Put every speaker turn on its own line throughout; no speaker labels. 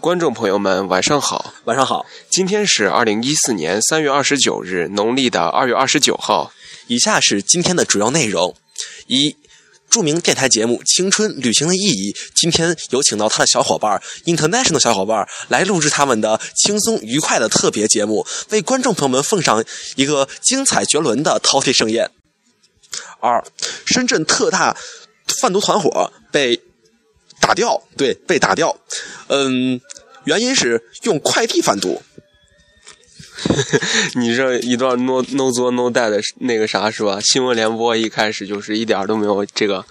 观众朋友们，晚上好！
晚上好，
今天是二零一四年三月二十九日，农历的二月二十九号。
以下是今天的主要内容：一、著名电台节目《青春旅行的意义》，今天有请到他的小伙伴 International 小伙伴来录制他们的轻松愉快的特别节目，为观众朋友们奉上一个精彩绝伦的饕餮盛宴。二、深圳特大贩毒团伙被打掉，对，被打掉。嗯，原因是用快递贩毒。
你这一段 no no 作 no die 的那个啥是吧？新闻联播一开始就是一点儿都没有这个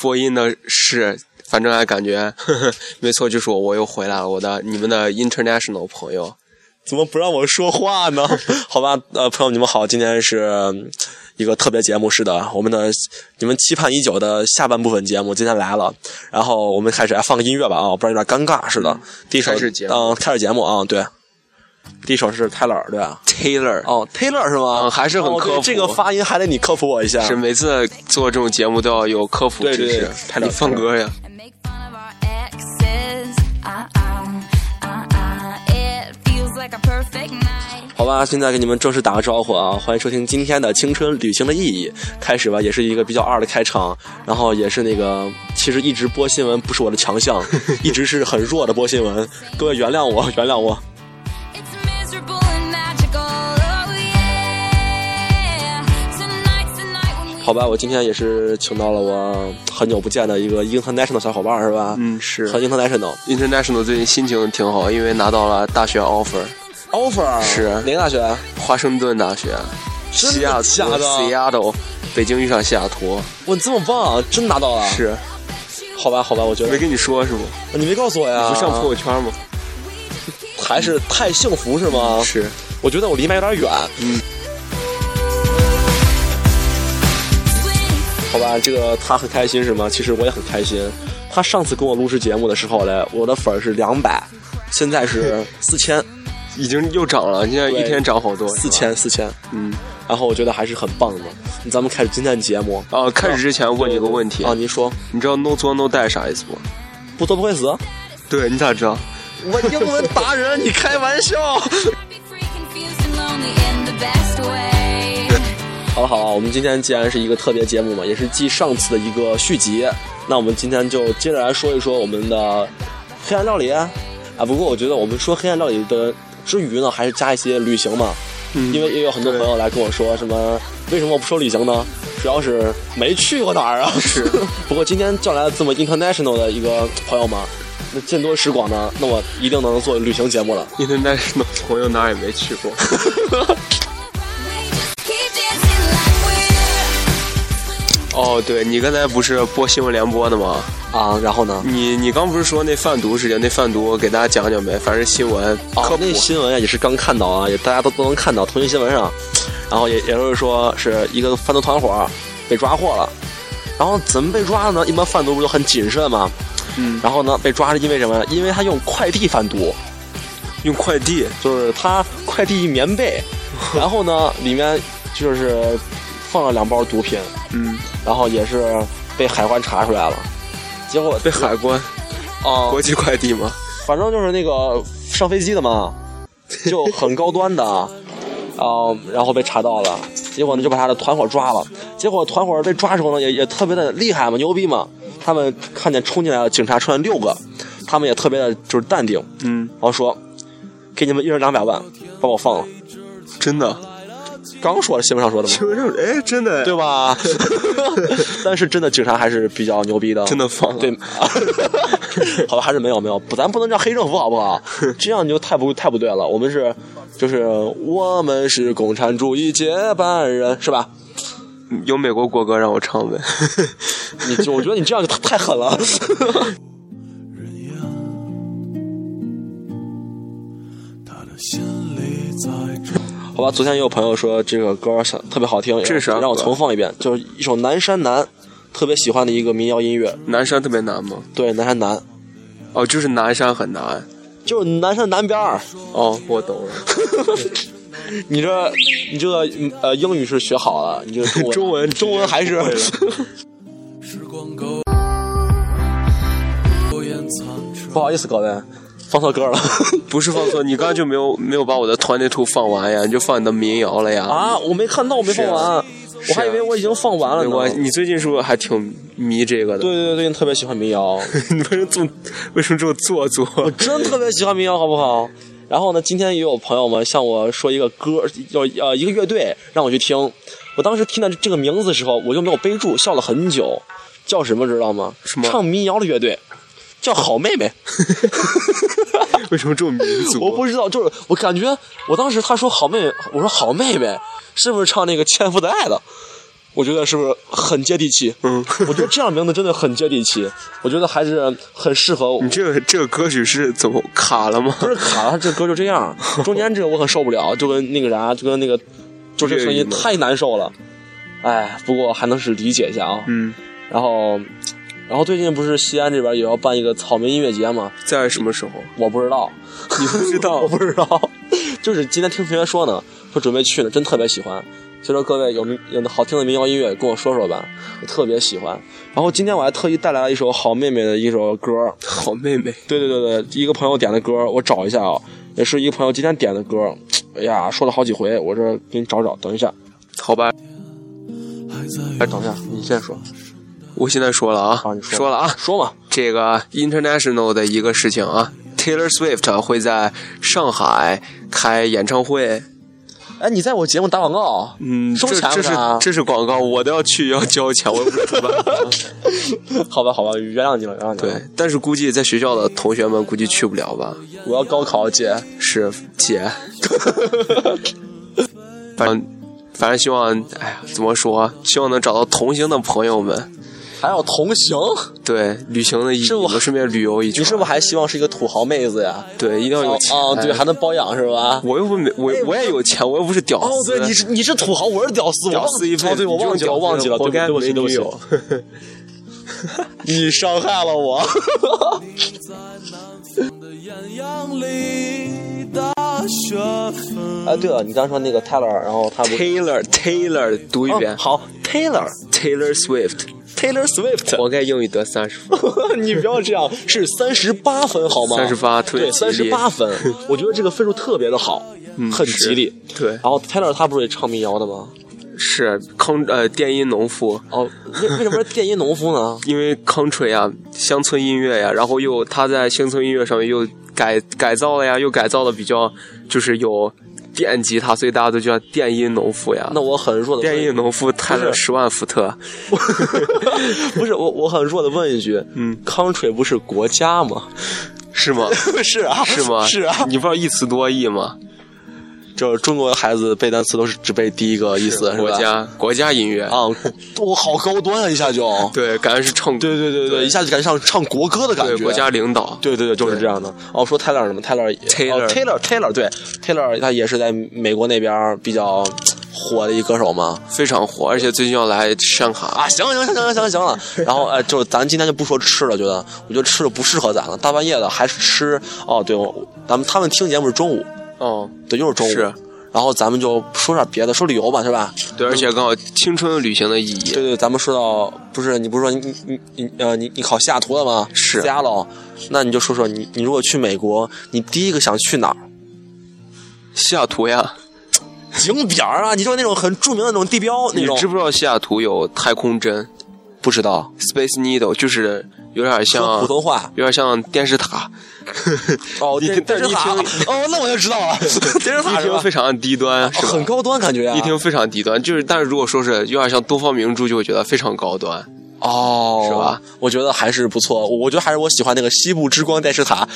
播音的事，反正还感觉 呵呵没错，就是我我又回来了，我的你们的 international 朋友。
怎么不让我说话 呢？好吧，呃，朋友你们好，今天是嗯一个特别节目，是的，我们的你们期盼已久的下半部分节目今天来了，然后我们开始来放个音乐吧啊，不然有点尴尬似的。第一
嗯
首
开始节目
嗯，开始节目啊，对，第一首是泰勒尔，对吧？
Taylor，、
哦，Taylor 是吗？
嗯还是很
哦对
科普
这个发音还得你科普我一下。
是每次做这种节目都要有科普
对
知识。
对对太了
你放
太了
歌呀！
and make fun of our exes. Uh uh, uh uh. It feels like a perfect night.
好吧，现在给你们正式打个招呼啊！欢迎收听今天的《青春旅行的意义》，开始吧，也是一个比较二的开场，然后也是那个，其实一直播新闻不是我的强 项，一直是很弱的播新闻，各位原谅我，原谅我。
It's miserable and magical. Oh yeah. Tonight's the night when we
好吧，我今天也是请到了我很久不见的一个 international 小伙伴，是吧？
嗯，是
很 international
international 最近心情挺好，因为拿到了大学 offer，
offer
是
哪个大学？
华盛顿大学，
真的
西雅图
假的
，Seattle，北京遇上西雅图，
哇，你这么棒、啊，真拿到了！
是
好吧，好吧，我觉
没
得
跟你说是不？
你没告诉我呀，
不上朋友圈吗？
还是太幸福是吗？
是，
我觉得我离麦有点远。
嗯，
好吧，这个他很开心是吗？其实我也很开心。他上次跟我录制节目的时候嘞，我的粉儿是两百，现在是四千，
已经又涨了，现在
对
一天涨好多，
四千，四千。
嗯，
然后我觉得还是很棒的。那咱们开始今天的节目。
啊，开始之前问你个问题
啊，，您说
你知道 no 作 no die 啥意思不？
不作不会死？
对你咋知道？
我英文达人，你开玩笑？
can be free, confused and lonely in the best way.
好了好了，我们今天既然是一个特别节目嘛，也是继上次的一个续集，那我们今天就接着来说一说我们的黑暗料理啊。不过我觉得我们说黑暗料理的之余呢，还是加一些旅行嘛，
嗯
因为也有很多
对
朋友来跟我说什么为什么我不说旅行呢？主要是没去过哪儿啊。是。 不过今天叫来了这么 international 的一个朋友嘛，那见多识广呢，那我一定能做旅行节目了。
international 朋友哪儿也没去过，
We just keep dancing like we're
哦，对你刚才不是播新闻联播的吗？
啊，然后呢？
你你刚不是说那贩毒事情？那贩毒给大家讲讲呗，反正新闻科普
哦，那。新闻啊也是刚看到啊，也大家都都能看到，腾讯新闻上，然后也也就是说是一个贩毒团伙被抓获了，然后怎么被抓的呢？一般贩毒不都很谨慎吗？
嗯，
然后呢，被抓是因为什么呢？因为他用快递贩毒，
用快递，
就是他快递棉 被，然后呢里面就是放了两包毒品，
嗯，
然后也是被海关查出来了，结果
被海关
啊、
国际快递吗？
反正就是那个上飞机的 嘛，就很高端的，啊、然后被查到了，结果呢就把他的团伙抓了。结果团伙被抓之后呢，也也特别的厉害嘛，牛逼嘛。他们看见冲进来了，警察出来六个，他们也特别的就是淡定，
嗯，
然后说：“给你们一人两百万，把我放了。
真的。”
刚说了新闻上说的嘛，
就是哎，真的，
对吧？ 但是真的警察还是比较牛逼的，
真的放了
对，好吧，还是没有没有，不，咱不能让黑政府好 不好？这样就太不太不对了。我们是，就是我们是共产主义接班人，是吧？
有美国国歌让我唱呗。
你就我觉得你这样就太太狠了。
人呀，他的心里在转。
好吧，昨天也有朋友说这个歌想特别好听，
这是啥歌
让我重放一遍，就是一首《南山南》，特别喜欢的一个民谣音乐。
南山特别难吗？
对，《南山南》
哦，就是南山很难。
就是南山南边儿。
哦，我懂了。
你这你这个呃英语是学好了，你这个
中文
中文还是
时光苟，苟延残喘。
不好意思，各位，放错歌了
不是放错，你刚刚就没有没有把我的 twenty two 放完呀，你就放你的民谣了呀。
啊！我没看到，我没放完，我还以为我已经放完了
对
呢。
我你最近是不是还挺迷这个的？
对对对，最近特别喜欢民 谣，
你 为什么这么为什么这么做作？
我 真特别喜欢民谣，好不好？然后呢，今天也有朋友们向我说一个歌，要呃一个乐队让我去听。我当时听到这个名字的时候，我就没有背住，笑了很久。叫什么知道吗？
什么
唱民谣的乐队叫好妹 妹。
为什么这么民族？
我不知道，就是我感觉我当时他说好妹妹，我说好妹妹是不是唱那个《纤夫的爱》的？我觉得是不是很接地气？
嗯
我觉得这样名字真的很接地气，我觉得还是很适合我。
你这个这个歌曲是怎么卡了吗？
不是卡了，这歌就 这样，中间这个我很受不了，就跟那个啥，就跟那个，就这个声
粤语
音
吗
太难受了。哎，不过还能是理解一下啊。
嗯，
然后，然后最近不是西安这边也要办一个草莓音乐节吗？
在什么时候？
我不知道，
你不知道
我不知道，就是今天听同学说呢，说准备去呢，真特别喜欢。所以说各位有有好听的民谣音乐跟我说说吧，我特别喜欢。然后今天我还特意带来了一首好妹妹的一首歌，
好妹妹，
对对对对，一个朋友点的歌，我找一下啊，也是一个朋友今天点的歌。哎呀，说了好几回，我这给你找找，等一下。
好吧，
还在
哎，等一下，你先说，
我现在说了啊，
啊你说
了啊，
说嘛。
这个 international 的一个事情啊，Taylor Swift 会在上海开演唱会，
哎，你在我节目打广告，啊
嗯，
收
这
钱啊
这
了
是
啥？
这是广告，我都要去要交钱，我也不知道怎么办。
好吧，好吧，原谅你了，原谅你 了。
对，但是估计在学校的同学们估计去不了吧？
我要高考，姐。
是姐， 反正反正希望，哎呀，怎么说？希望能找到同行的朋友们，
还要同行，
对旅行的意义，
是我
能顺便旅游一圈。
你是不是还希望是一个土豪妹子呀？
对，一定要有钱。嗯
哦，对，还能包养是吧？
我又不没我我也有钱，我又不是屌丝。
哎哦，对，你是你是土豪，我是屌丝，我
屌
忘
丝一辈子，
哦，对，我
你这
忘记
种屌丝
了，我忘记了，
活该
对不
没
起，对不
女
起，对不
友
起。你伤害了我。
艳阳里大雪纷
哎，对了，你刚说那个 Taylor，然后他不
Taylor Taylor 读一遍
哦、好 Taylor
Taylor Swift，
Taylor Swift，
活该英语得三十 分。
你不要这样，是三十八分好吗？
38特别
对，
吉利
三十八分，我觉得这个分数特别的好，很
嗯是
吉利。
对
然后 Taylor 哦他不是也唱民谣的吗？
是康呃电音农夫，
哦，为为什么是电音农夫呢？
因为 country 啊，乡村音乐呀、然后又他在乡村音乐上面又改改造了呀，又改造的比较就是有电吉他，所以大家都叫电音农夫呀。
那我很弱的
电音农夫泰勒
不是
十万伏特，
不是我，我很弱的问一句，
嗯
，country 不是国家吗？
是吗？
是啊，
是吗？
是啊，
你不知道一词多义吗？
就是中国孩子背单词都是只背第一个意思，是吧
国家国家音乐，
啊，我好高端啊，一下就，
对，感觉是唱
对对对对，一下就感觉像唱国歌的感
对
觉，
国家领导，
对对对，就是这样的。哦，说 Taylor 什么 Taylor
Taylor
哦 Taylor Taylor 对 Taylor 他也是在美国那边比较火的一歌手嘛。
非常火，而且最近要来上海。
啊，行行行行行行了。然后哎，就是咱今天就不说吃了，觉得我觉得吃了不适合咱了，大半夜的还是吃。哦，对，我咱们他们听节目是中午，
哦，
对，就是中午。
是。
然后咱们就说点别的，说旅游吧，是吧？
对，而且刚好青春旅行的意义。
嗯对对，咱们说到不是你不是说你你你呃你你考西雅图了吗？
是
西雅喽，那你就说说你你如果去美国，你第一个想去哪儿？
西雅图呀，
景点儿啊，你就是那种很著名的那种地标那
你
种，
知不知道西雅图有太空针？
不知道？
Space Needle 就是有点
说
像
普通话
有点像电视塔，
哦，
你
电
但
电
是
视
你
塔
听
哦，那我就知道了， 电视塔
一
是
听
吧
非？常低端，是吧？
啊很高端感觉啊，
一听非常低端，就是但是如果说是有点像东方明珠，就会觉得非常高端。
哦，
是吧？
我觉得还是不错，我我觉得还是我喜欢那个西部之光电视 塔，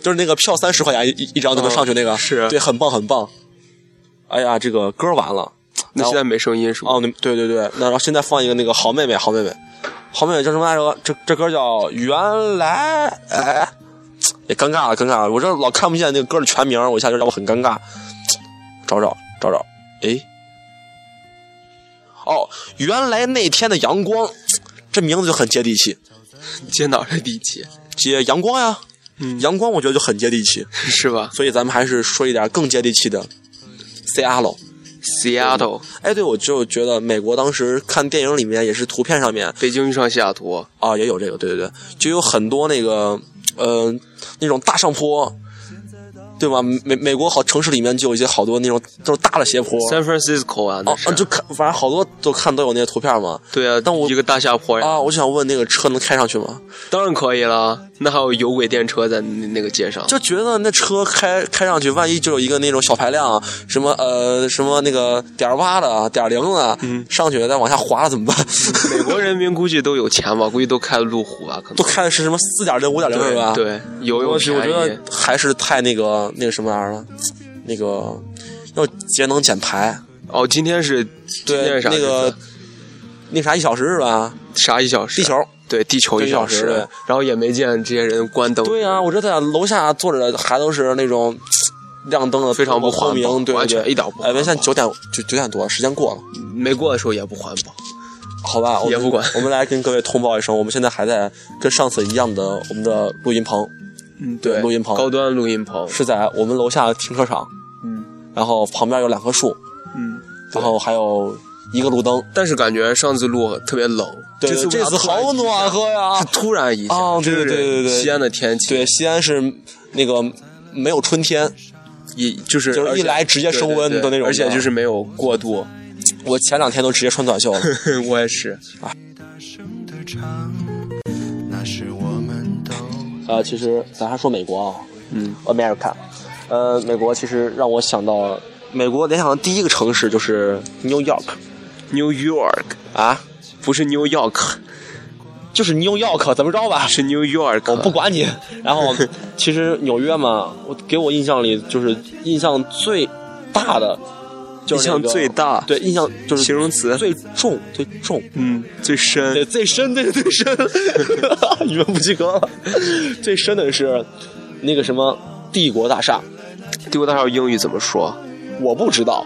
就是那个票三十块钱一一一张就能上去那个，
嗯是
对，很棒很棒。哎呀，这个歌完了，
那
然后
现在没声音是吗？
哦，那对对对，那然后现在放一个那个好妹妹，好妹妹，好妹妹叫什么来着？这这歌叫原来，哎，也尴尬了，尴尬了，我这老看不见那个歌的全名，我一下就让我很尴尬。找找找找，哎，哦，原来那天的阳光，这名字就很接地气，
接哪儿的地气
接阳光呀，
嗯
阳光我觉得就很接地气，
是吧
所以咱们还是说一点更接地气的，C L。
？Seattle，
哎，对，我就觉得美国当时看电影里面也是图片上面哦
北京遇上西雅图，
啊，也有这个，对对对，就有很多那个呃那种大上坡，对吧？美美国好城市里面就有一些好多那种都是大的斜坡。
San Francisco 啊，
啊
那是
啊！就看，反正好多都看都有那些图片嘛。
对啊，
但我
一个大下坡呀，
啊，我就想问那个车能开上去吗？
当然可以了。那还有有轨电车在那那个街上，
就觉得那车开开上去，万一就有一个那种小排量，什么呃什么那个点八的、啊点零的，
嗯
上去再往下滑了怎么办？
美国人民估计都有钱吧，估计都开路虎吧，可能
都开的是什么四点零、五点零是吧？
对，对，游泳
我去，我
便
觉得
宜，
还是太那个那个什么玩意儿了，那个要节能减排，
哦，今天是今天
对
是啥
那
日
个
子
那啥一小时是吧？
啥一小时，啊
地球。
对地球
对
一
一小
小
时
时
对，
然后也没见这些人关灯，
对啊，我这在楼下坐着还都是那种亮灯的，
非常不环保
透明，对
完全
对对
一点不环
哎，
保
现在九点九九点多，时间过了。
没过的时候也不环保。
好吧，我们
也不管
我们来跟各位通报一声，我们现在还在跟上次一样的我们的录音棚，
嗯，
对录音棚
高端录音棚，
是在我们楼下停车场，
嗯
然后旁边有两棵树，
嗯，对
然后还有一个路灯。
但是感觉上次录特别冷，
对，
次
这次好暖和呀！
突然一下，
哦对
这是
对对对对
西安的天气，
对，西安是那个没有春天，
一就是
就是
而且
一来直接升温的那
对
种
对对而且
的
就是没有过度。
我前两天都直接穿短 袖了。
我也是，
大声的唱，那是我们都。
呃，其实咱还说美国啊，
嗯
，America，呃，美国其实让我想到美国联想的第一个城市就是 New York
，New York
啊，
不是 New York，
就是 New York，怎么着吧？
是 New York。
我不管你。 然 后，其实纽约嘛，我给我印象里就是印象最大的，就是、那个、
印象最大
对，印象就是
形容词
最重，最重，
嗯，最深
对，最深，对，最深， 语文不及格了。最深的是那个什么帝国大厦，
帝国大厦英语怎么说？
我不知道，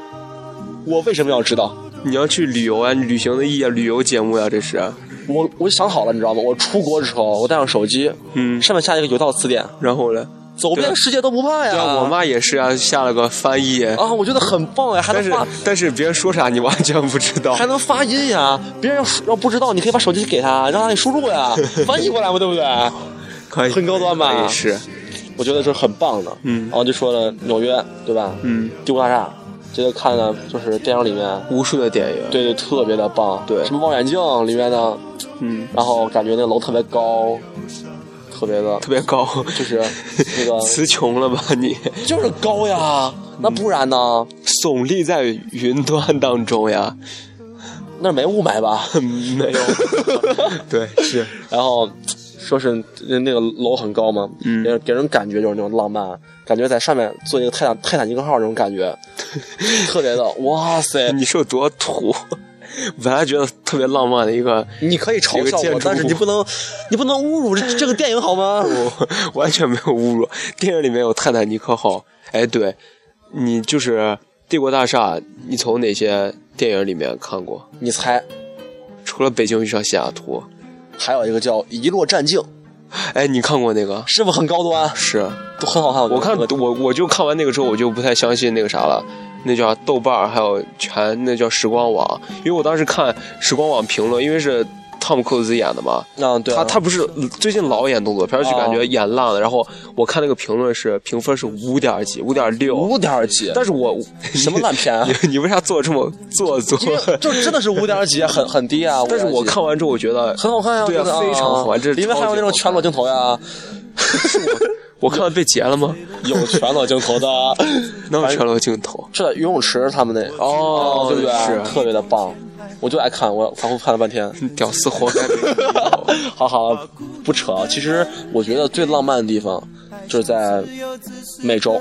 我为什么要知道？
你要去旅游啊，旅行的意义啊，旅游节目呀、这是。
我我想好了，你知道吗？我出国的时候，我带上手机，
嗯
上面下一个有道词典，
然后呢？
走遍
对
世界都不怕呀。
对啊，我妈也是啊，下了个翻译，
啊，我觉得很棒呀，还
但
能
是
发
但是别人说啥你完全不知道
还。能发音呀！别人要是要不知道，你可以把手机给他，让他给输 入呀，翻译过来嘛，对不对？
可以
很高端吧
可以是，
我觉得这是很棒的。
嗯
然后就说了纽约，对吧？
嗯，
帝国大厦，这个看了就是电影里面，
无数的电影。，
对对，特别的棒。
对
什么望远镜里面的，
嗯，
然后感觉那个楼特别高，特别的，
特别高，
就是 那个
词穷了吧你？
就是高
嗯
呀。那不然呢？
耸立在云端当中呀，
那儿没雾霾吧？
没有。 对，是
然后说是那那个楼很高嘛，
嗯
给人给人感觉就是那种浪漫，感觉在上面坐一个泰坦泰坦尼克号那种感 觉，特别的哇塞！
你是有多土？本来觉得特别浪漫的一个，
你可以嘲
一个
笑
建
我，
筑
但是你不能，你不能侮辱这这个电影好吗？
我完全没有侮辱。电影里面有泰坦尼克号，哎，对，你就是帝国大厦，你从哪些电影里面看过？
你猜，
除了《北京遇上西雅图》，
还有一个叫《一落战境》，
哎，你看过那个？
是不是很高端？
是，
都很好看，
我看
觉得
我我就看完那个之后，我就不太相信那个啥了，那叫豆瓣儿，还有全那叫时光网，因为我当时看时光网评论，因为是汤姆克鲁斯演的嘛，
嗯，对啊，哦
他他不是最近老演动作片儿，就感觉演烂了。然后我看那个评论是评分是五点几，五点六，
五点几，
但是我
什么烂片啊
你你为啥做这么 做作？
因为就真的是五点几，很很低啊。
但是
5.几
我看完之后，我觉得
很好看呀，
对
我觉得
啊，非常好玩。这
里面还有那种全裸
了，
镜头呀，
我看到被截了吗？
有全裸镜 头的。
那有全裸镜头？
是的，游泳池他们那
哦
对不对？
是
特别的棒，我就爱看，我反复看了半天。
屌丝活 该被截了。
好好，不扯。啊其实我觉得最浪漫的地方就是在美洲，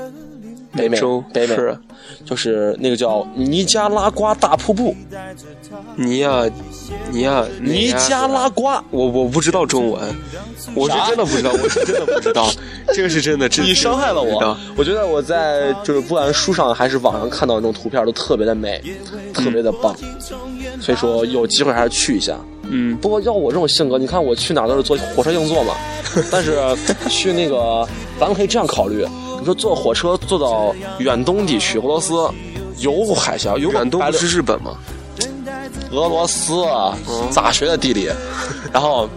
北美，
洲
北美
是啊
就是那个叫尼加拉瓜大瀑布，
尼亚，尼亚，
尼加拉瓜。
我我不知道中文，我是
啥
真的不知道，我是真的不知 道，这个是真的，这
你伤害了
这个不知道
我，我觉得我在就是不管书上还是网上看到那种图片都特别的美，
嗯
特别的棒，所以说有机会还是去一下。
嗯，
不过要我这种性格，你看我去哪儿都是坐火车硬 座嘛。但是去那个，咱们可以这样考虑：你说坐火车坐到远东地区，俄罗斯游过海峡，游过
远东
白
不
令
是日本吗？嗯
俄罗斯啊，咋学的地理？然后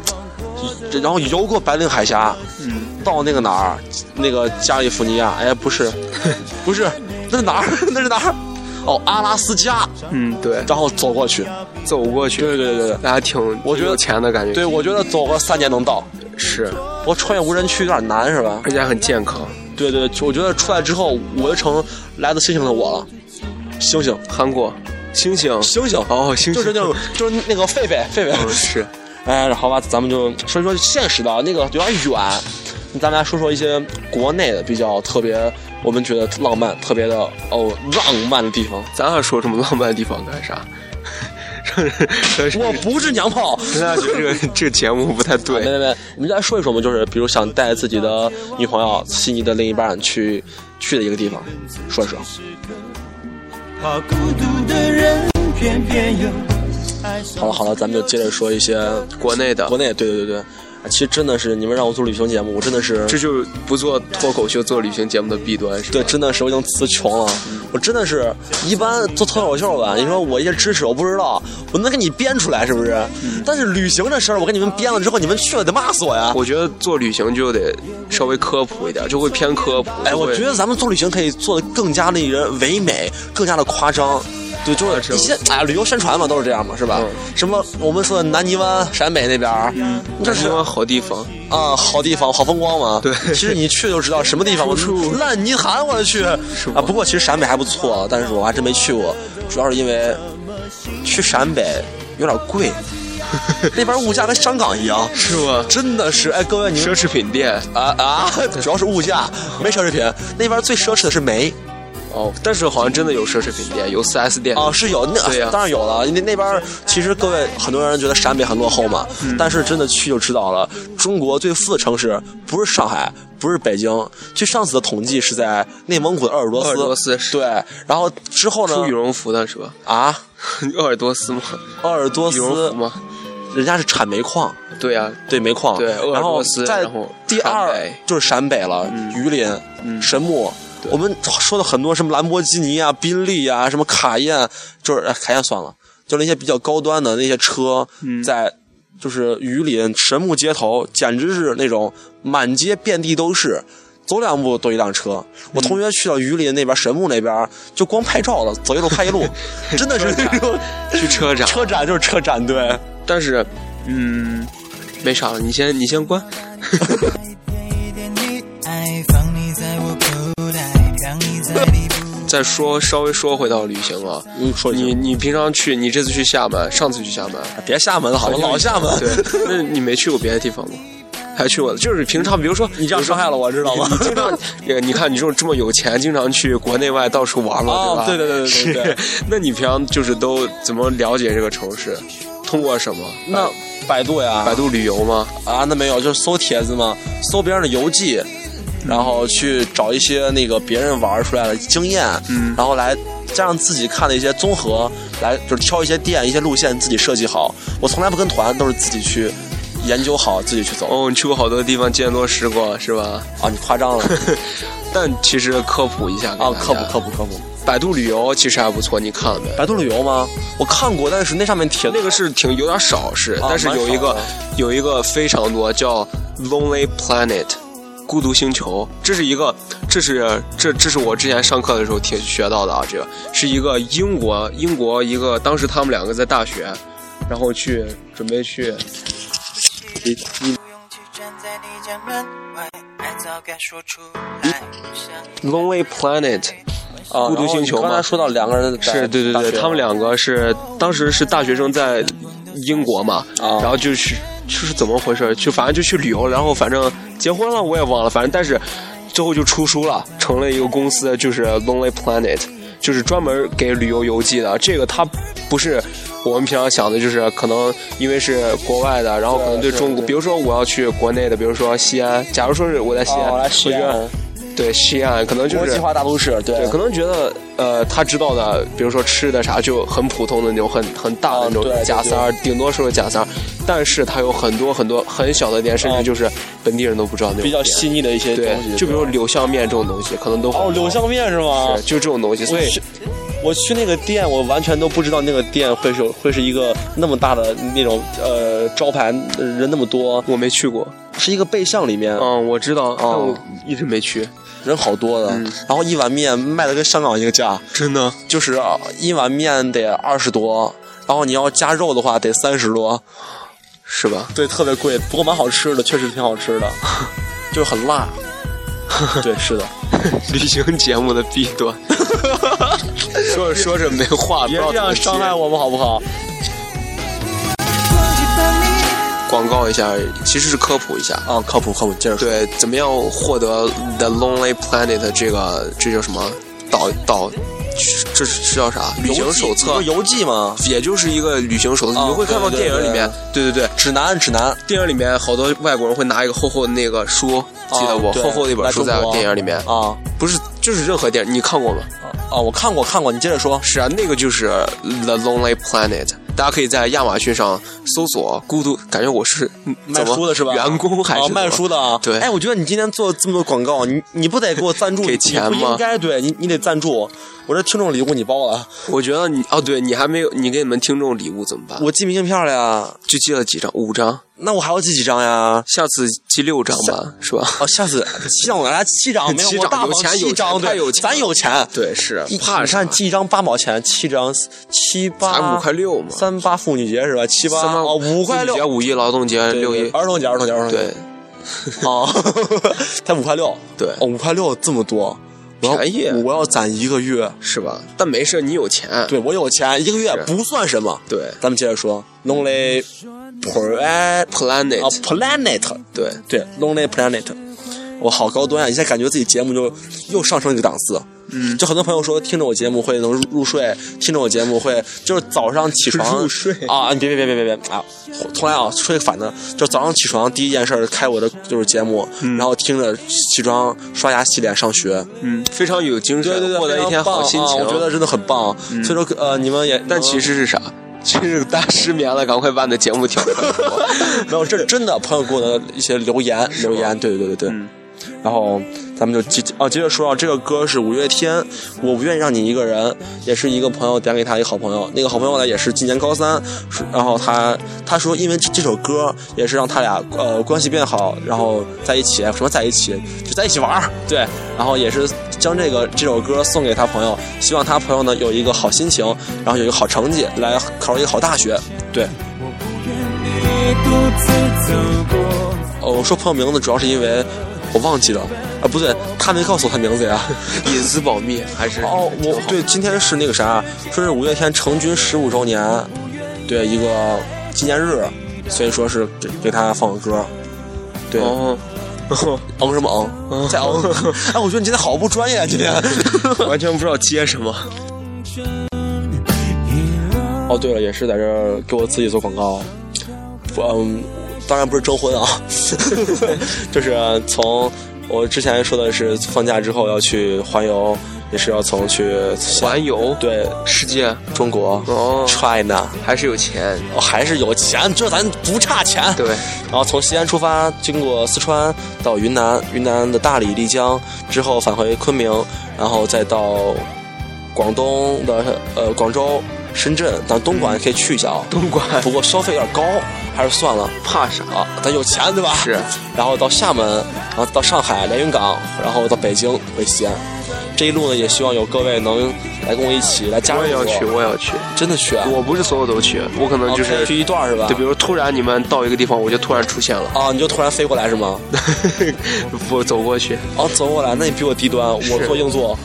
然后游过白令海峡，嗯，到那个哪儿，那个加利福尼亚，哎，不是，不是，那是哪儿？ 那是哪儿？哦，阿拉斯加，
嗯，对，
然后走过去。
走过去，
对对对对对，
那还挺
我觉
挺
得
有钱的感觉，
对，我觉得走个三年能到。
是，
我穿越无人区有点难，是吧？
而且还很健康。
对对，对我觉得出来之后，我就成来自星星的我了。星星，
韩国，星星，
星星，
哦，星星
就是那种，就是那个狒狒，狒狒
嗯。是，
哎，好吧，咱们就说一说现实的，那个有点远。咱们来说说一些国内的比较特别，我们觉得浪漫、特别的哦浪漫的地方。
咱俩说这么浪漫的地方干啥？ 真是
我不是娘炮，
那就这个这个节目不太
没
对。
没没，我们再说一说嘛，就是比如想带自己的女朋友、心仪的另一半去去的一个地方，说一说。
怕孤独的人偏偏又爱
好
上
了好了，咱们就接着说一些
国内的
国，内，对对对对。其实真的是你们让我做旅行节目，我真的是
这就是不做脱口秀、做旅行节目的弊端，是吧？
对，真的是我已经词穷了。我真的是一般做脱口秀吧，你说我一些知识我不知道，我能给你编出来是不是？但是旅行这事儿，我给你们编了之后，你们去了得骂死我呀！
我觉得做旅行就得稍微科普一点，就会偏科普。
哎，
就
我
会
觉得咱们做旅行可以做的更加令人唯美，更加的夸张。对，就是一些哎呀，旅游宣传嘛，都是这样嘛，是吧？什么我们说的南泥湾、陕北那边儿，这是
台湾好地方，
啊、好地方、好风光嘛。
对
其实你去就知道什么地方，我
处处
烂泥潭，我去啊
是。吗
不过其实陕北还不错，但是我还真没去过，主要是因为去陕北有点 贵，那边物价跟香港一样，
是吗？
真的是哎，各位你
奢
们
侈品店
啊啊，主要是物价，没奢侈品，那边最奢侈的是煤
哦，但是好像真的有奢侈品店，有 4S 店
啊，是有那、
对呀
当然有了，那那边其实各位很多人觉得陕北很落后嘛，
嗯
但是真的去就知道了，中国最富的城市不是上海。不是北京，据上次的统计是在内蒙古的鄂尔多斯，
鄂尔多斯是
对，然后之后
出羽
呢？
绒服的是吧？
啊，
鄂尔多斯吗？
鄂尔多
羽绒
斯
服，吗？
人家是产煤矿，
对啊呀、
对煤矿，
对鄂尔
然后
多斯
在
然后
第
陕
二
北嗯
就是陕北了，榆林、神木。我们说的很多什么兰博基尼啊、宾利啊、什么卡宴，就是、哎、卡宴算了，就是那些比较高端的那些车，
嗯
在就是榆林神木街头，简直是那种满街遍地都是。走两步都一辆车，
嗯
我同学去到榆林那边、神木那边，就光拍照了，走一路拍 一路，真的是那种
去车展
车展就是车展，对。
但是，嗯，没啥了，你先你先 关。
一点溺爱，放你在我口袋，让你在你不
再说稍微说回到旅行啊，
嗯，说一句
你你平常去，你这次去厦门，上次去厦门，
别厦门了，好吧，老厦门。
对，那你没去过别的地方吗？还去过的，就是平常，比如说
你这样伤害了我，知道 吗？
你经常，那个你看你这种这么有钱，经常去国内外到处玩
哦
嘛，吧？
对对对对对对
是。那你平常就是都怎么了解这个城市？通过什么？
那百度呀，
百度旅游吗？
啊，那没有，就是搜帖子嘛，搜别人的游记，然后去找一些那个别人玩出来的经验，
嗯
然后来加上自己看的一些综合，来就是挑一些店、一些路线自己设计好。我从来不跟团，都是自己去研究好，自己去走。
哦，你去过好多地方，见多识广，是吧？
啊，你夸 张了
但其实科普一下给
啊！
大家
科普科普科普，
百度旅游其实还不错，你看了没？
百度旅游吗？我看过，但是那上面帖子
那个是挺有点少是，
啊
但是有一
蛮少
个
的
有一个非常多叫 Lonely Planet，孤独星球，这是一个这是这这是我之前上课的时候听学到的啊，这个是一个英国英国一个当时他们两个在大学，然后去准备去
用去站在你家门外，爱早该说出来。
Lonely Planet。
啊，
孤独
然后
星球
你刚才
嘛
说到两个人在
是对对
大
对，
学
他们两个是当时是大学生在英国嘛，
啊
然后就去就是怎么回事？就反正就去旅游，然后反正结婚了我也忘了，反正但是最后就出书了，成了一个公司，就是 Lonely Planet，就是专门给旅游邮寄的。这个它不是我们平常想的，就是可能因为是国外的，然后可能对
对
中国，
对
比如说我要去国内的，比如说西安，假如说是我在西安，
哦来
我
西
觉得
安
对西安可能就
国
是
际化大都市，对
对，可能觉得呃，他知道的，比如说吃的啥，就很普通的那种，很很大的那
啊
种
对对
假三儿，顶多说是假三儿，但是它有很多很多很小的店，甚
啊
至就是本地人都不知道那种
比较
店
细腻的一些
对
东西，，哦
就比如柳巷面这种东西，可能都
哦，柳巷面是吗
是？就这种东西，所以
是我去那个店，我完全都不知道那个店会是会是一个那么大的那种呃招牌，呃人那么多，
我没去过。
是一个背巷里面、
嗯，我知道，但
哦
我一直没去。
人好多的，然后一碗面卖的跟香港一个价，
真的，
就是啊一碗面得二十多，然后你要加肉的话得三十多，
是吧？
对，特别贵，不过蛮好吃的，确实挺好吃 的，就是很辣。 对，是的，
旅行节目的弊端， 说着说着没话，不知道
别这
怎么
样
接
伤害我们好不好？
广告一下，其实是科普一下。
啊，靠谱靠谱，接着说。
对，怎么样获得 The Lonely Planet 这个这叫什么导导？这是叫啥？旅行手册
不是，游记吗？
也就是一个旅行手册。
哦
你会看到
对对
电影里面，对对对，
指南指南，
电影里面好多外国人会拿一个厚厚的那个书，记得不？
啊对
厚厚的一本书在
来中国
电影里面，
啊
不是就是任何电影，你看哦过吗？
啊！我看过看过，你接着说。
是啊，那个就是 The Lonely Planet，大家可以在亚马逊上搜索“孤独”，感觉我是嗯
卖
怎么
书的是吧？
员工还是
啊，
怎么
卖书的啊？
对
哎，我觉得你今天做这么多广告，你你不得给我赞助？
给钱吗
你不应该，对你你得赞助我。我这听众礼物你包了，
我觉得你哦，对你还没有，你给你们听众礼物怎么办？
我寄明信片了呀，
就寄了几张，五张，
那我还要寄几张呀？
下次寄六张吧，是吧？
哦，下次七张我给大家 七张，没有
七张
我大
有
方
钱有
七
钱
张，
太
对，
有钱
咱有钱。
对，是啊
一
怕
你
啥
看？寄一张八毛钱，七张七八，
才五块六嘛，
三八妇女节是吧？七八
三八
哦，五块六
节、，五一劳动节、
对
六一，
儿童节，儿童节，儿童节，
对
哦， 才五块六，
对
哦，五块六这么多，我要
便宜
我要攒一个月，
是吧？但没事，你有钱，
对我有钱，一个月
是
不算什么。
对
咱们接着说，Lonely Planet
，Planet，、
啊，Planet，
对，
对，Lonely Planet，我好高端啊！一下感觉自己节目就又上升一个档次。嗯，就很多朋友说听着我节目会能入入睡，听着我节目会就是早上起床
入睡
啊！你别别别别别别啊！从来啊，说一个反的，就早上起床第一件事儿开我的就是节目，然后听着起床刷牙洗脸上学，
嗯，非常有精神，
对对对，
获得一天好心情。
啊我觉得真的很棒。所以说呃，你们也
但其实是啥？其实大家失眠了，赶快把你的节目调出来。
没有，这是真的朋友给我的一些留言，留言，对对对对对。然后咱们就接哦，接着说啊，这个歌是五月天，我不愿意让你一个人，也是一个朋友点给他一个好朋友，那个好朋友呢也是今年高三，是然后他他说因为这这首歌也是让他俩呃关系变好，然后在一起什么在一起就在一起玩儿，对，然后也是将这个这首歌送给他朋友，希望他朋友呢有一个好心情，然后有一个好成绩来考上一个好大学，对。
我不愿你独自走过。
哦，我说朋友名字主要是因为我忘记了，啊，不对，他没告诉我他名字呀。
隐私保密还是
哦，我对，今天是那个啥，说是五月天成军十五周年，对，一个纪念日，所以说是给给他放个歌。对，嗯、
哦，
什么嗯？再 嗯？哎，我觉得你今天好不专业啊，今天。
完全不知道接什么。
哦，对了，也是在这儿给我自己做广告，不嗯，当然不是征婚啊， 就是从我之前说的是放假之后要去环游，也是要从去
环游
对
世界
中国、
哦
China，
还是有钱，
哦还是有钱，这咱不差钱。
对，
然后从西安出发，经过四川到云南，云南的大理、丽江，之后返回昆明，然后再到广东的呃广州、深圳，但东莞也可以去一下啊、
东莞
不过消费有点高，还是算了
怕啥？
啊，咱有钱对吧？
是。
然后到厦门，然后到上海连云港，然后到北京回西安。这一路呢，也希望有各位能来跟我一起来加入
我也要去，我也要去。
真的去啊！
我不是所有都去，我可能就
哦可以
是
去一段是吧？
对，比如突然你们到一个地方，我就突然出现 了，
啊，你就突然飞过来是吗？
我走过去。
哦，走过来，那你比我低端，我做硬座。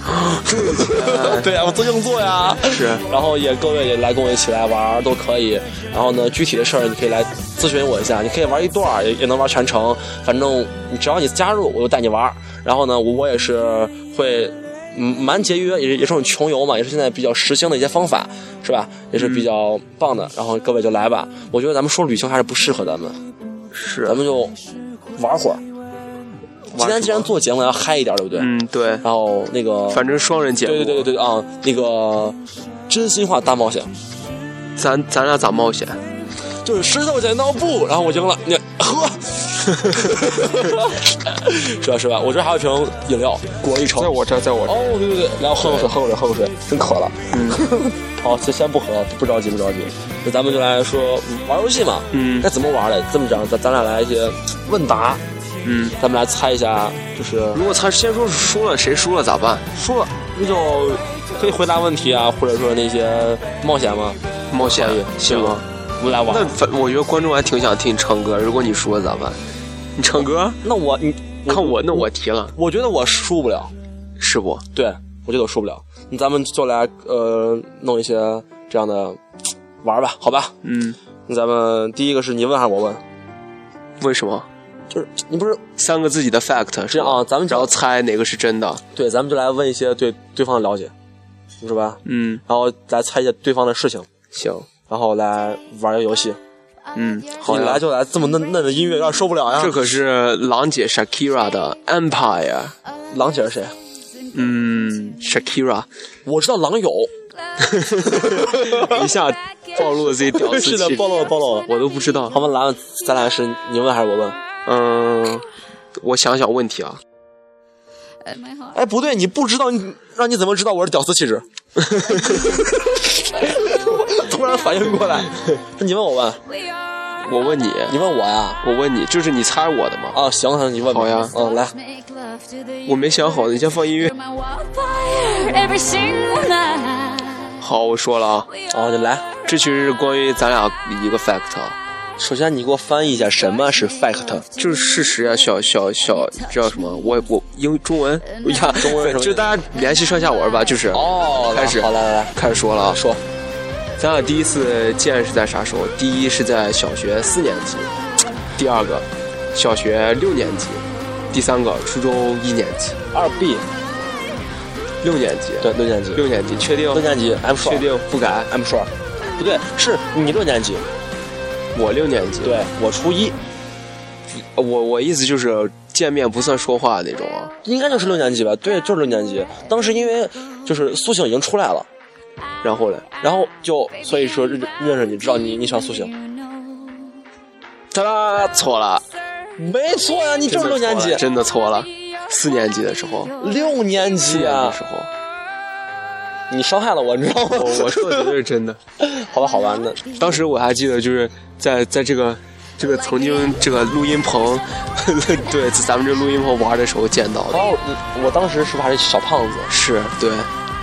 对啊呀、我做硬座呀。
是
然后也各位也来跟我一起来玩儿都可以。然后呢，具体的事儿你可以来咨询我一下，你可以玩一段儿，也也能玩全程，反正你只要你加入，我就带你玩儿。然后呢，我我也是会。嗯，蛮节约，也是也是种穷游嘛，也是现在比较时兴的一些方法，是吧？也是比较棒的。然后各位就来吧，我觉得咱们说旅行还是不适合咱们，
是
咱们就玩会儿。今天既然做节目，要嗨一点，对不对？
嗯，对，
然后那个，
反正双人节目，
对对对对对啊，那个真心话大冒险，
咱咱俩咋冒险？
就是石头剪刀布，然后我赢了，你呵， 是吧是吧？我这儿还有一瓶饮料，
果一在我这儿，在我这儿。
哦，对对对，来我喝口水，喝口水，喝口水，真渴了。嗯， 好，先先不喝，不着急，不着急。那咱们就来说嗯玩游戏嘛，
嗯
该怎么玩嘞？这么讲，咱咱俩来一些问答，
嗯，
咱们来猜一下，就是
如果他先说是输了，谁输了咋办？
输了那就可以回答问题啊，或者说那些冒险嘛，
冒险
可以
哎行吗？？
对我们来玩。
那反我觉得观众还挺想听你唱歌，如果你输了咋办？你唱歌？
那我你
看我，那我提了，
我觉得我输不了，
是不？
对我觉得我输不了。那咱们就来呃弄一些这样的玩儿吧，好吧？
嗯，
那咱们第一个是你问还是我问？
为什么？
就是你不是
三个自己的 fact 是
这样
吧
啊？？咱们只
然
要
后猜哪个是真的？
对，咱们就来问一些对对方的了解，是吧？
嗯，
然后来猜一下对方的事情，
行，
然后来玩儿个游戏。
嗯，好
你
呀
来。就来，这么嫩嫩的音乐有点受不了呀。
这可是郎姐 Shakira 的 Empire。
狼姐是谁？啊
嗯，Shakira
我知道狼友，
一下暴露了自己屌丝气
是的，
质
暴，露了，暴露了。
我都不知道
好。吧，咱们咱俩是你问还是我问？
嗯，我想想问题啊，
At my heart.
哎，不对，你不知道，你让你怎么知道我是屌丝气质？ 突然反应过来，那你问我问，
We are.
我问你，
你问我呀？
我问你，就是你猜我的嘛？
啊，行，那你问吧。
好呀
嗯，来，
Make love to the
我没想好，你先放音乐
You're。my wildfire every single night.
好，我说了啊，
We
哦，
are.
你来。
这其实是关于咱俩一个 fact 啊，
首先，你给我翻译一下什么是 fact。
就是事实啊，小小小叫什么？我我英中文呀，
中文是什么
就大家联系上下文吧，就是
哦，
开始
好，来来来，
开始说了啊，
说，
咱俩第一次见是在啥时候？第一是在小学四年级，第二个小学六年级，第三个初中一年级，
二 B，
六年级
对，六年级，
六年级确定
六年级，I'm sure，
确定不改？
，I'm sure，不对，是你六年级，
我六年级，呃
对我初一，
我我意思就是见面不算说话那种啊。
应该就是六年级吧？对，就是六年级。当时因为就是苏醒已经出来了，
然后嘞，
然后就所以说认认识你，知道你你喜欢苏
You
醒，
know.
他啦错了，
没错呀、你就是六年级，
真的错了，四年级的时候，
六年
四
级
年级的
啊
时！候，
你伤害了我，你知道吗？
我我说的绝对是真的。
好吧，好吧，那
当时我还记得，就是在在这个这个曾经这个录音棚， 对，咱们这录音棚玩的时候见到的，
哦，你我当时是不是还是小胖子？
是对。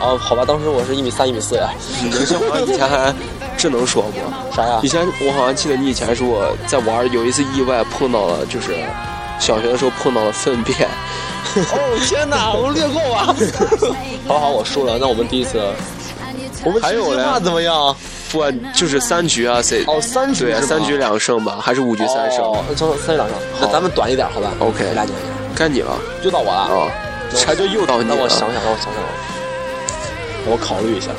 哦，好吧，当时我是一米三、一米四呀，
你能像我以前还这能说不？
啥呀
以？前我好像记得你以前说我在玩，有一次意外碰到了，就是小学的时候碰到了粪便。
哦天哪，我略过啊！ 好好，我输了。那我们第一次，我们
还有
这句
嘞
话怎么样？
不，就是三局啊，谁？
哦，三局
对，
是吧
三局两胜吧，还是五局三胜？
哦，从三局两胜。那咱们短一点，好吧
OK
俩姐，
该你了
就到我了。
啊，这就又到你
让我
了。
想想，让我想想，让我考虑一下。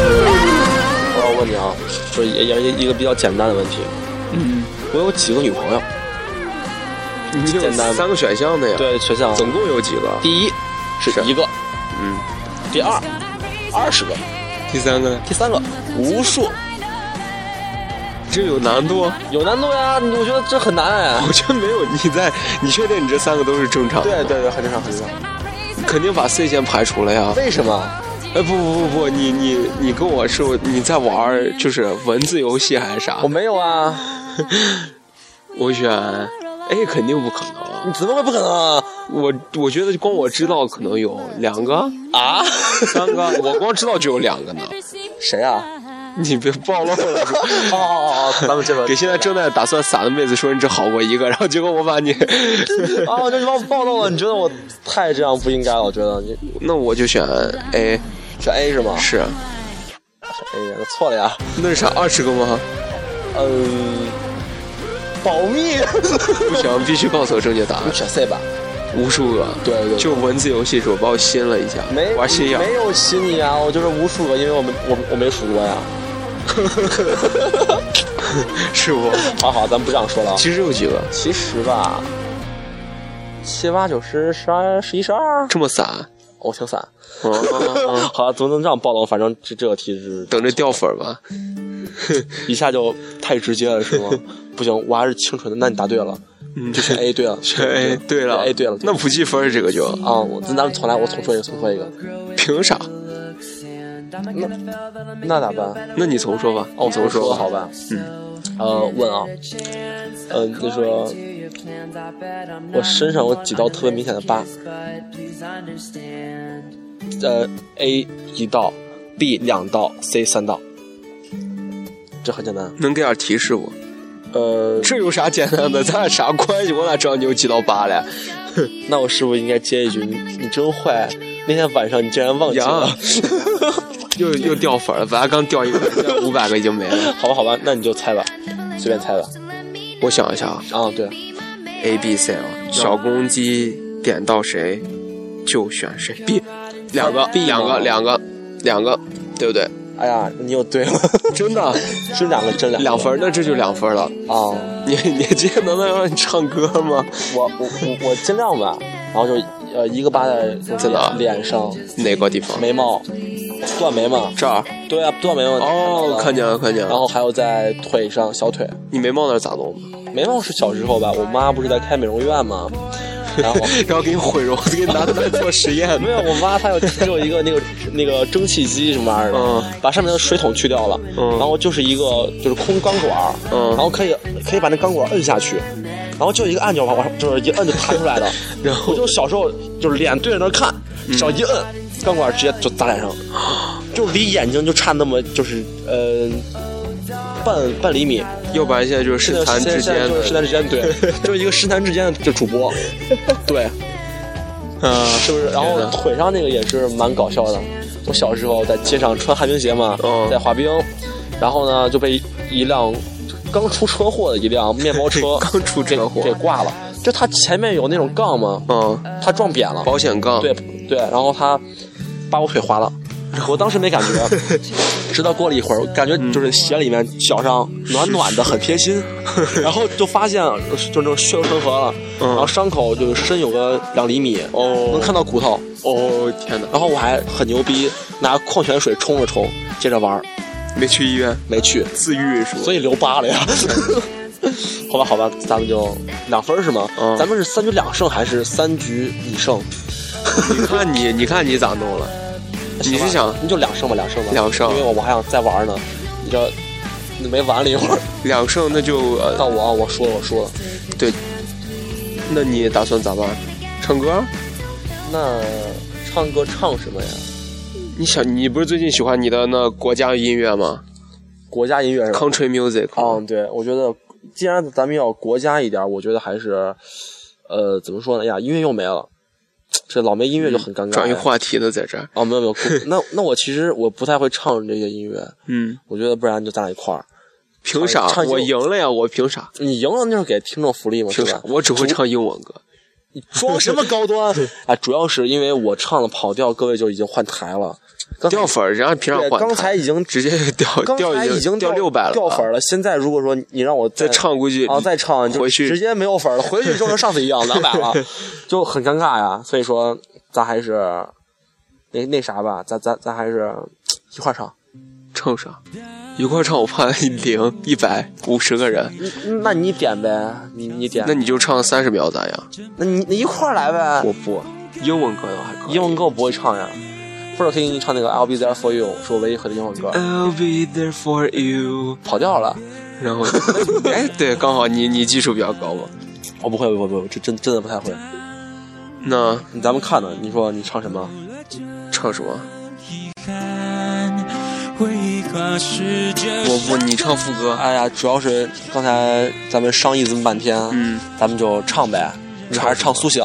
我要问你啊，就是也也也一个比较简单的问题。
嗯，
我有几个女朋友？
你有
简单
三个选项的呀？，
对，选项
总共有几个？
第一是
是
一个，
嗯，
第二二十个，
第三个呢？
第三个无数，
这有难度？
有难度啊呀！我觉得这很难 哎。
我觉得没有。你在，你确定你这三个都是正常的？
对对对，很正常，很正常。
肯定把 C 先排除了呀。
为什么？
哎，不不不不，你你你跟我是你在玩儿就是文字游戏还是啥
我？没有啊，
我选 A 肯定不可能。
你怎么会不可能啊？
我我觉得光我知道可能有两个、
啊？
三个，我光知道就有两个呢。
谁啊？
你别暴露了，
哦哦哦，咱们这边
给现在正在打算撒的妹子说你只好过一个，然后结果我把你，
啊，这你把我暴露了，你觉得我太这样不应该了？我觉得你
那我就选 A，
是 A 是吗？
是，
哎呀，错了呀，
那是啥二十个吗？
嗯，保密，
不行，必须告诉我正确答案
你，选 C 吧。
无数个，
对对对
就文字游戏时候把我心了一下，
没
玩心眼儿，
没有洗你啊，我就是无数个，因为我们我我没数过呀。
是 不？
好好，咱不这样说了啊。
其实有几个
其实吧，七八九十十二十一十二，哦
这么散，
我挺散，
哦，
好像怎么能这样暴露？反正这这个题是
等着掉粉儿吧。
一下就太直接了，是吗？不行，我还是清纯的。那你答对了，
嗯
就选 A 对了，选
哎，对了，
，A 对了。
那不计分儿这个 就
啊，我那咱们重来，我重说一个，重说一个，
凭啥？
那咋办？
那你重说吧，嗯
哦，我
你重
说
说
好
吧。
吧？呃，问啊，呃，你说我身上有几道特别明显的疤，呃，A 一道，B 两道，C 三道，这很简单。
能给点提示不？
呃，
这有啥简单的？ 咱俩啥关系？我哪知道你有几道疤嘞？
那我是不是应该接一句？你你真坏，那天晚上你竟然忘记了
呀。 又又掉粉儿了，本来刚掉一个，现在五百个已经没了。
好吧，好吧，那你就猜吧，随便猜吧。
我想一下啊
啊，对，
，A B C 啊，小公鸡点到谁就选谁。B 两个
B 吗
两个两个两个，对不对？
哎呀，你又对了，
真的
真两个，真两个。
两分儿，那这就两分儿 了。
啊！
你你今天能不能让你唱歌吗？
我我我我尽量吧，然后就呃一个疤在
真的啊
脸上，
哪个地方？
眉毛，断眉毛，
这儿。
对啊，断眉毛。
哦，看见了看见
然
了。
后还有在腿上小腿，
你眉毛那儿咋弄的？
眉毛是小时候吧，我妈不是在开美容院吗？然后
然后给你毁容，给你拿它来做实 验。
没有，我妈她有只有一个那个那个蒸汽机什么玩意儿的，
嗯
把上面的水桶去掉了，
嗯
然后就是一个就是空钢管儿，
嗯
然后可以可以把那钢管摁下去，然后就一个按钮往往上就是一摁就弹出来 的。
然后
我就小时候就是脸对着那儿看，只要一摁，钢管直接就砸 脸上，就离眼睛就差那么就是呃半半厘米，
要不然现在就是
是
身
的，
残
现在
志
现在
坚
就是身
的。
残志坚， 对，就是一个身残志坚的就主播，对。
啊，
是不是？然后
天哪
腿上那个也是蛮搞笑的。我小时候在街上穿旱冰鞋嘛，
嗯
在滑冰，然后呢就被一辆刚出车祸的一辆面包车
刚出
给
车祸
给挂了。就它前面有那种杠嘛，
嗯，
它撞扁了，
保险杠。
对对，然后它把我腿划了。我当时没感觉，直到过了一会儿，我感觉就是鞋里面脚上暖暖的，很贴心， 然后就发现就是那种血肉成河了，
嗯
然后伤口就是深有个两厘米，
哦
能看到骨头，
哦，天哪，
然后我还很牛逼，拿矿泉水冲了冲，接着玩儿，
没去医院
没去，
自愈是吧？
所以留疤了呀。 好吧，好吧，咱们就两分儿是吗？
嗯
咱们是三局两胜还是三局一胜？
你看你，你看你咋弄了？你是想
你就两胜吧，两胜吧，
两胜
因为我我还想再玩儿呢，你这你没玩了一会 儿，
两胜，那就呃，
到我啊，我输了，我输了，
那你打算咋办？唱歌？
那唱歌唱什么呀？
你想，你不是最近喜欢你的那国家音乐吗
国家音乐是吧？
？Country music。
嗯，对，我觉得既然咱们要国家一点，我觉得还是，呃，怎么说呢？哎呀，音乐又没了，这老没音乐就很尴尬。
嗯转移话题的在这儿。
哦，没有 没有，那那我其实我不太会唱这些音乐，
嗯，
我觉得不然就咱俩一块儿。
凭啥
唱？一
我
首
赢了呀！我凭啥？
你赢了那是给听众福利嘛，是
凭啥
吧？？
我只会唱英文歌。
装什么高 端？哎，主要是因为我唱了跑调，各位就已经换台了。刚才
掉粉儿，人家凭啥
对，
管他？
刚才已经
直接就掉
刚
掉
才已经
掉六百了，啊
掉粉儿了。现在如果说你让我
再唱估计
啊，再唱就
回去
直接没有粉儿了，回去就跟上次一 样两百了，就很尴尬呀。所以说，咱还是那那啥吧，咱咱咱还是一块儿唱。
唱啥？一块儿唱，我怕零一百五十个 人，
嗯那你点呗，你你点，
那你就唱三十秒咋样？
那你你一块儿来呗。
我不，英文歌的话还可以。
英文歌我不会唱呀，或者可以给你唱那个 I'll be there for you，是我唯一会的英文歌。
I'll be there for you。
跑调了，
然 后，哎，对，刚好你你技术比较高嘛。
哦我不会，不会，不会，这真真的不太会。
那
咱们看呢，你说你唱什么？
唱什么？
回忆跨时间
我不，你唱副歌。
哎呀，主要是刚才咱们商议这么半天，
嗯，
咱们就唱呗，就还是唱苏醒，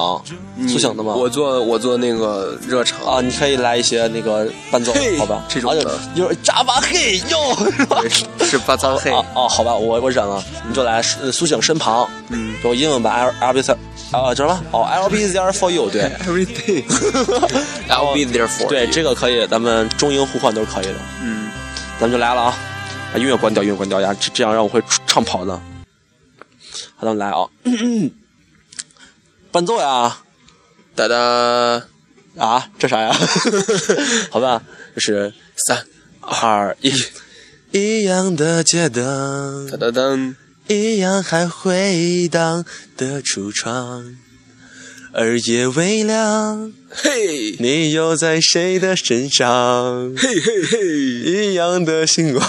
你
苏醒的吗？
我做我做那个热场
啊，你可以来一些那个伴奏
嘿，
好吧？
这种
啊
的
就就是扎巴嘿哟，是 吧？
对是巴扎嘿
啊，哦，好吧，我我忍了，你就来呃苏醒身旁，
嗯，
有英文版 L L B 三啊，叫什么？哦，L B there for you，对
，every day 。I'll be there for
对，
you
这个可以，咱们中英互换都是可以的，
嗯，
咱们就来了啊！把音乐关掉，音乐关掉呀，这这样让我会唱跑的。好，咱们来啊，伴奏呀。
哒哒。
啊，这啥呀？ 好吧，就是
三
二一，一样的街灯
哒，哒噔，
一样还回荡的橱窗，而夜微凉，
嘿
你又在谁的身上？
嘿嘿嘿
一样的星光，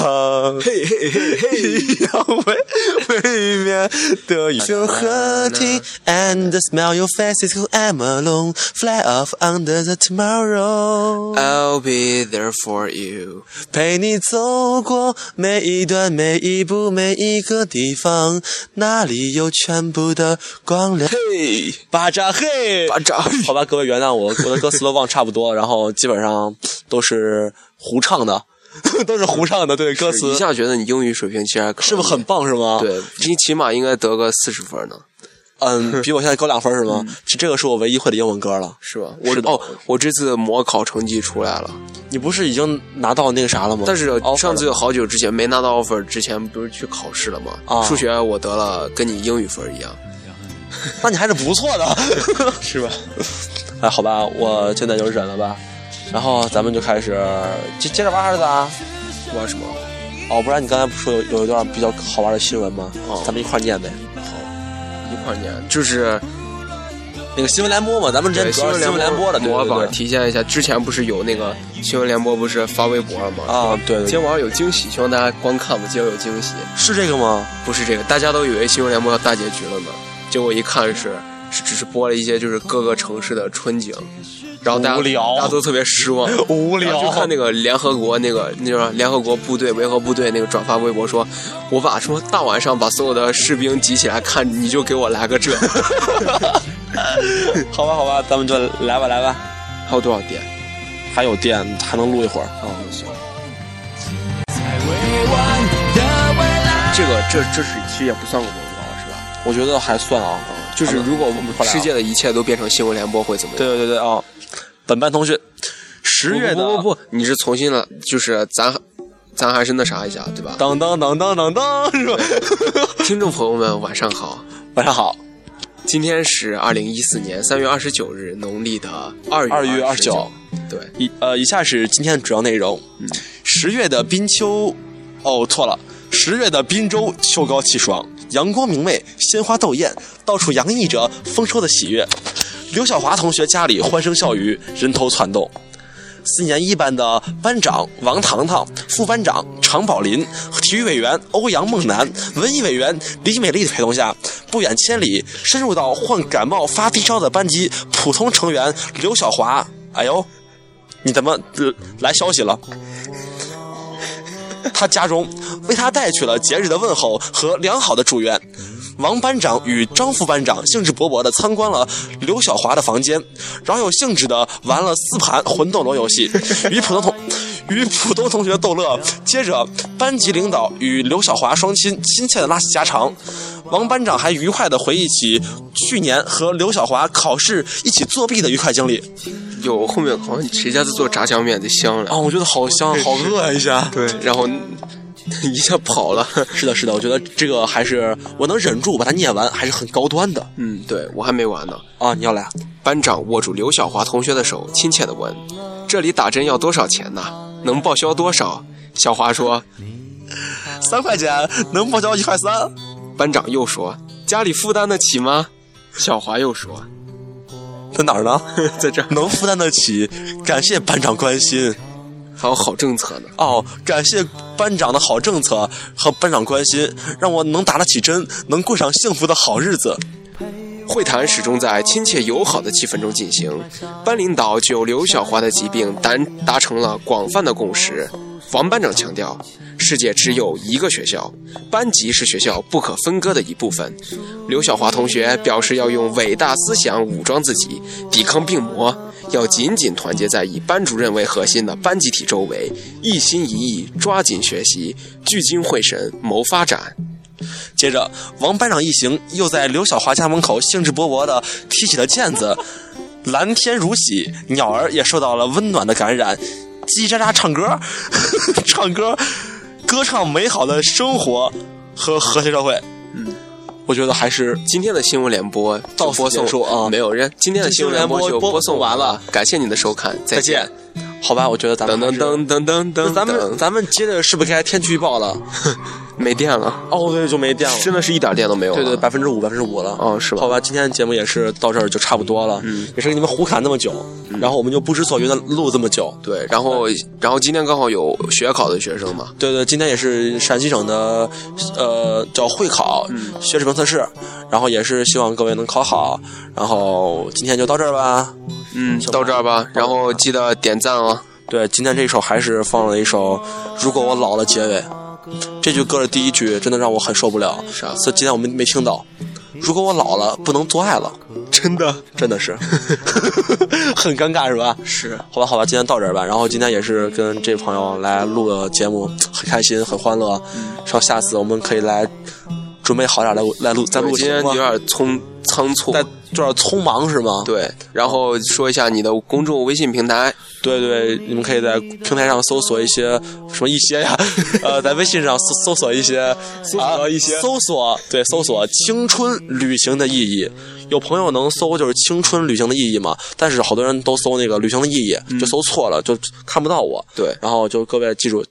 嘿嘿嘿嘿。
一样微微面的雨。Feel hurting and the smell your face is who I'm alone. Fly off under the tomorrow，、
I'll be there for you。
陪你走过每一段、每一步、每一个地方，那里有全部的光亮。
嘿，
巴扎嘿，
巴扎嘿
好吧，各位原谅我，我的歌词都忘差不多，然后基本上都是胡唱的， 都是胡唱的，对歌词
一下觉得你英语水平其实还可以
是不是很？棒是吗？。
对，你起码应该得个四十分呢，
嗯，比我现在高两分是吗？这这个是我唯一会的英文歌了。
是吧？哦我哦，我这次模考成绩出来了，
你不是已经拿到那个啥了吗？哦
但是
offer
上次
了
好久之前没拿到 offer 之前，不是去考试了吗？
啊
数学我得了跟你英语分一样，
那你还是不错 的。
是吧？
哎，好吧，我现在就忍了吧。然后咱们就开始接接着玩还是咋？
玩什么？
哦，不然你刚才不是说有有一段比较好玩的新闻吗？
哦
咱们一块儿念呗。
一块儿念，就是
那个新闻联播嘛，咱们之前
对
主要是新闻联播的，对
模
对
仿
对。
体现一下。之前不是有那个新闻联播不是发微博了吗？
啊，对对
今天
对，
晚上有惊喜，希望大家观看吧，今晚有惊喜。
是这个吗？
不是这个，大家都以为新闻联播要大结局了呢，结果一看是是只是播了一些就是各个城市的春景，然后大家
无聊
大家都特别失 望。
无
然后就看那个联合国那个那叫联合国部队维和部队那个转发微博说，我把什么大晚上把所有的士兵集起来看，你就给我来个这，
好吧好吧，咱们就来吧来吧。
还有多少点？
还有电，还能录一会儿。
哦，行，
在未完的未来。
这个这这是其实也不算个广告是吧？
我觉得还算啊，
就是如果我们
后来啊
世界的一切都变成新闻联播会怎么样？
对对对对啊、哦本班同学，十月的啊
不不不不，你是重新了，就是咱咱还是那啥一下，对吧？
当当当当当当是 吧？
听众朋友们，晚上好，
晚上好，
今天是二零一四年三月二十九日，农历的二
二
月
月
二
二
十
十
九
九。
对，
以呃，以下是今天的主要内容。十月的滨秋，哦，错了，十月的滨州秋高气爽，阳光明媚，鲜花斗艳，到处洋溢着丰收的喜悦。刘晓华同学家里欢声笑语，人头攒动。四年一班的班长王糖糖、副班长常宝林、体育委员欧阳梦楠、文艺委员李美丽的陪同下，不远千里深入到患感冒发低烧的班级普通成员刘晓华。哎呦，你怎么、呃、来消息了？ 他家中为他带去了节日的问候和良好的祝愿。王班长与张副班长兴致勃勃地参观了刘晓华的房间，饶有兴致地玩了四盘魂斗罗游戏，与普通同与普通同学逗乐。接着，班级领导与刘晓华双亲亲切地拉起家常，王班长还愉快地回忆起去年和刘晓华考试一起作弊的愉快经历。
有后面好像谁家在做炸酱面的香了，
啊，我觉得好香，好饿啊呀一下。对，
然后 一下跑了。
是的，是的，我觉得这个还是我能忍住把它念完，还是很高端的
嗯，对我还没完呢。
啊！你要来啊，
班长握住刘晓华同学的手，亲切地问：“这里打针要多少钱呢？能报销多少？”小华说
三块钱能报销一块三。：“
班长又说，家里负担得起吗？”小华又说
在哪儿呢？：“
在这儿
能负担得起，感谢班长关心
还有好政策呢。”
哦，感谢班长的好政策和班长关心，让我能打得起针，能过上幸福的好日子。
会谈始终在亲切友好的气氛中进行。班领导就刘晓华的疾病达达成了广泛的共识。王班长强调，世界只有一个学校，班级是学校不可分割的一部分。刘晓华同学表示要用伟大思想武装自己，抵抗病魔，要紧紧团结在以班主任为核心的班集体周围，一心一意抓紧学习，聚精会神谋发展。
接着，王班长一行又在刘晓华家门口兴致勃勃地踢起了毽子，蓝天如洗，鸟儿也受到了温暖的感染，叽叽喳喳唱歌， 唱歌，歌唱美好的生活和和谐社会。我觉得还是
今天的新闻联播
到
就
此
播送
结束啊
没有人，今天的新闻联播就播送完了，感谢你的收看，再
再见。好吧，我觉得咱
噔
们
噔噔噔噔
还是，
噔，
咱们咱们接着是不是该天气预报了？
没电了，
哦，对，就没电了。
真的是一点电都没有了。
对对，百分之五，百分之五了。
哦是吧
好吧，今天节目也是到这儿就差不多了。嗯，也是给你们胡侃那么久，
嗯
然后我们就不知所云的录这么久。
对，然后然后今天刚好有学考的学生嘛，
对对，今天也是陕西省的，呃，叫会考、学水平测试，然后也是希望各位能考好。然后今天就到这儿吧。
嗯，到这儿吧，然后记得点赞哦。
对，今天这首还是放了一首《如果我老了》结尾，这句歌的第一句真的让我很受不了。
啥
所以今天我们没听到。如果我老了，不能做爱了，
真的
真的 是很尴尬，是吧？
是，
好吧，好吧，今天到这儿吧。然后今天也是跟这位朋友来录了节目，很开心，很欢乐。
嗯
然后下次我们可以来准备好点儿来来录，再
咱们
录
今天
行
有
吗？
点匆仓促
再，有点匆忙是吗？
对，然后说一下你的公众微信平台，
对对，你们可以在平台上搜索一些什么一些呀， 呃，在微信上搜搜索一些，搜
索一些
搜索对搜索青春旅行的意义。有朋友能搜就是青春旅行的意义嘛，但是好多人都搜那个旅行的意义，
嗯
就搜错了，就看不到我。
对
然后就各位记住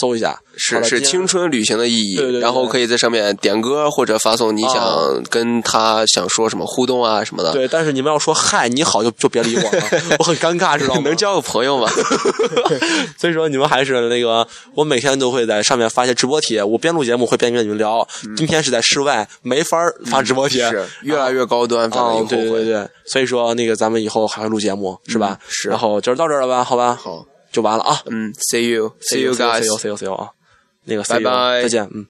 搜一下，好
是
了
是
今天
青春旅行的意义，
对对对
然后可以在上面点歌或者发送你
啊
想跟他想说什么互动啊什么的，
对，但是你们要说嗨你好就就别理我了，我很尴尬，知道吗？
能交个朋友 吗？
所以说你们还是那个，我每天都会在上面发一些直播帖，我边录节目会边跟你们聊。今天是在室外，没法儿发直播帖。
嗯是越来越高端，反正
啊
又后
对对
悔。嗯
对，所以说那个咱们以后还会录节目，是吧？
是
然后今儿到这儿了吧？好吧。
好。
就完了啊。
嗯，see you，see you
see
guys。
you，see you，see you 啊。那个 see
拜
you，
拜
再见，嗯。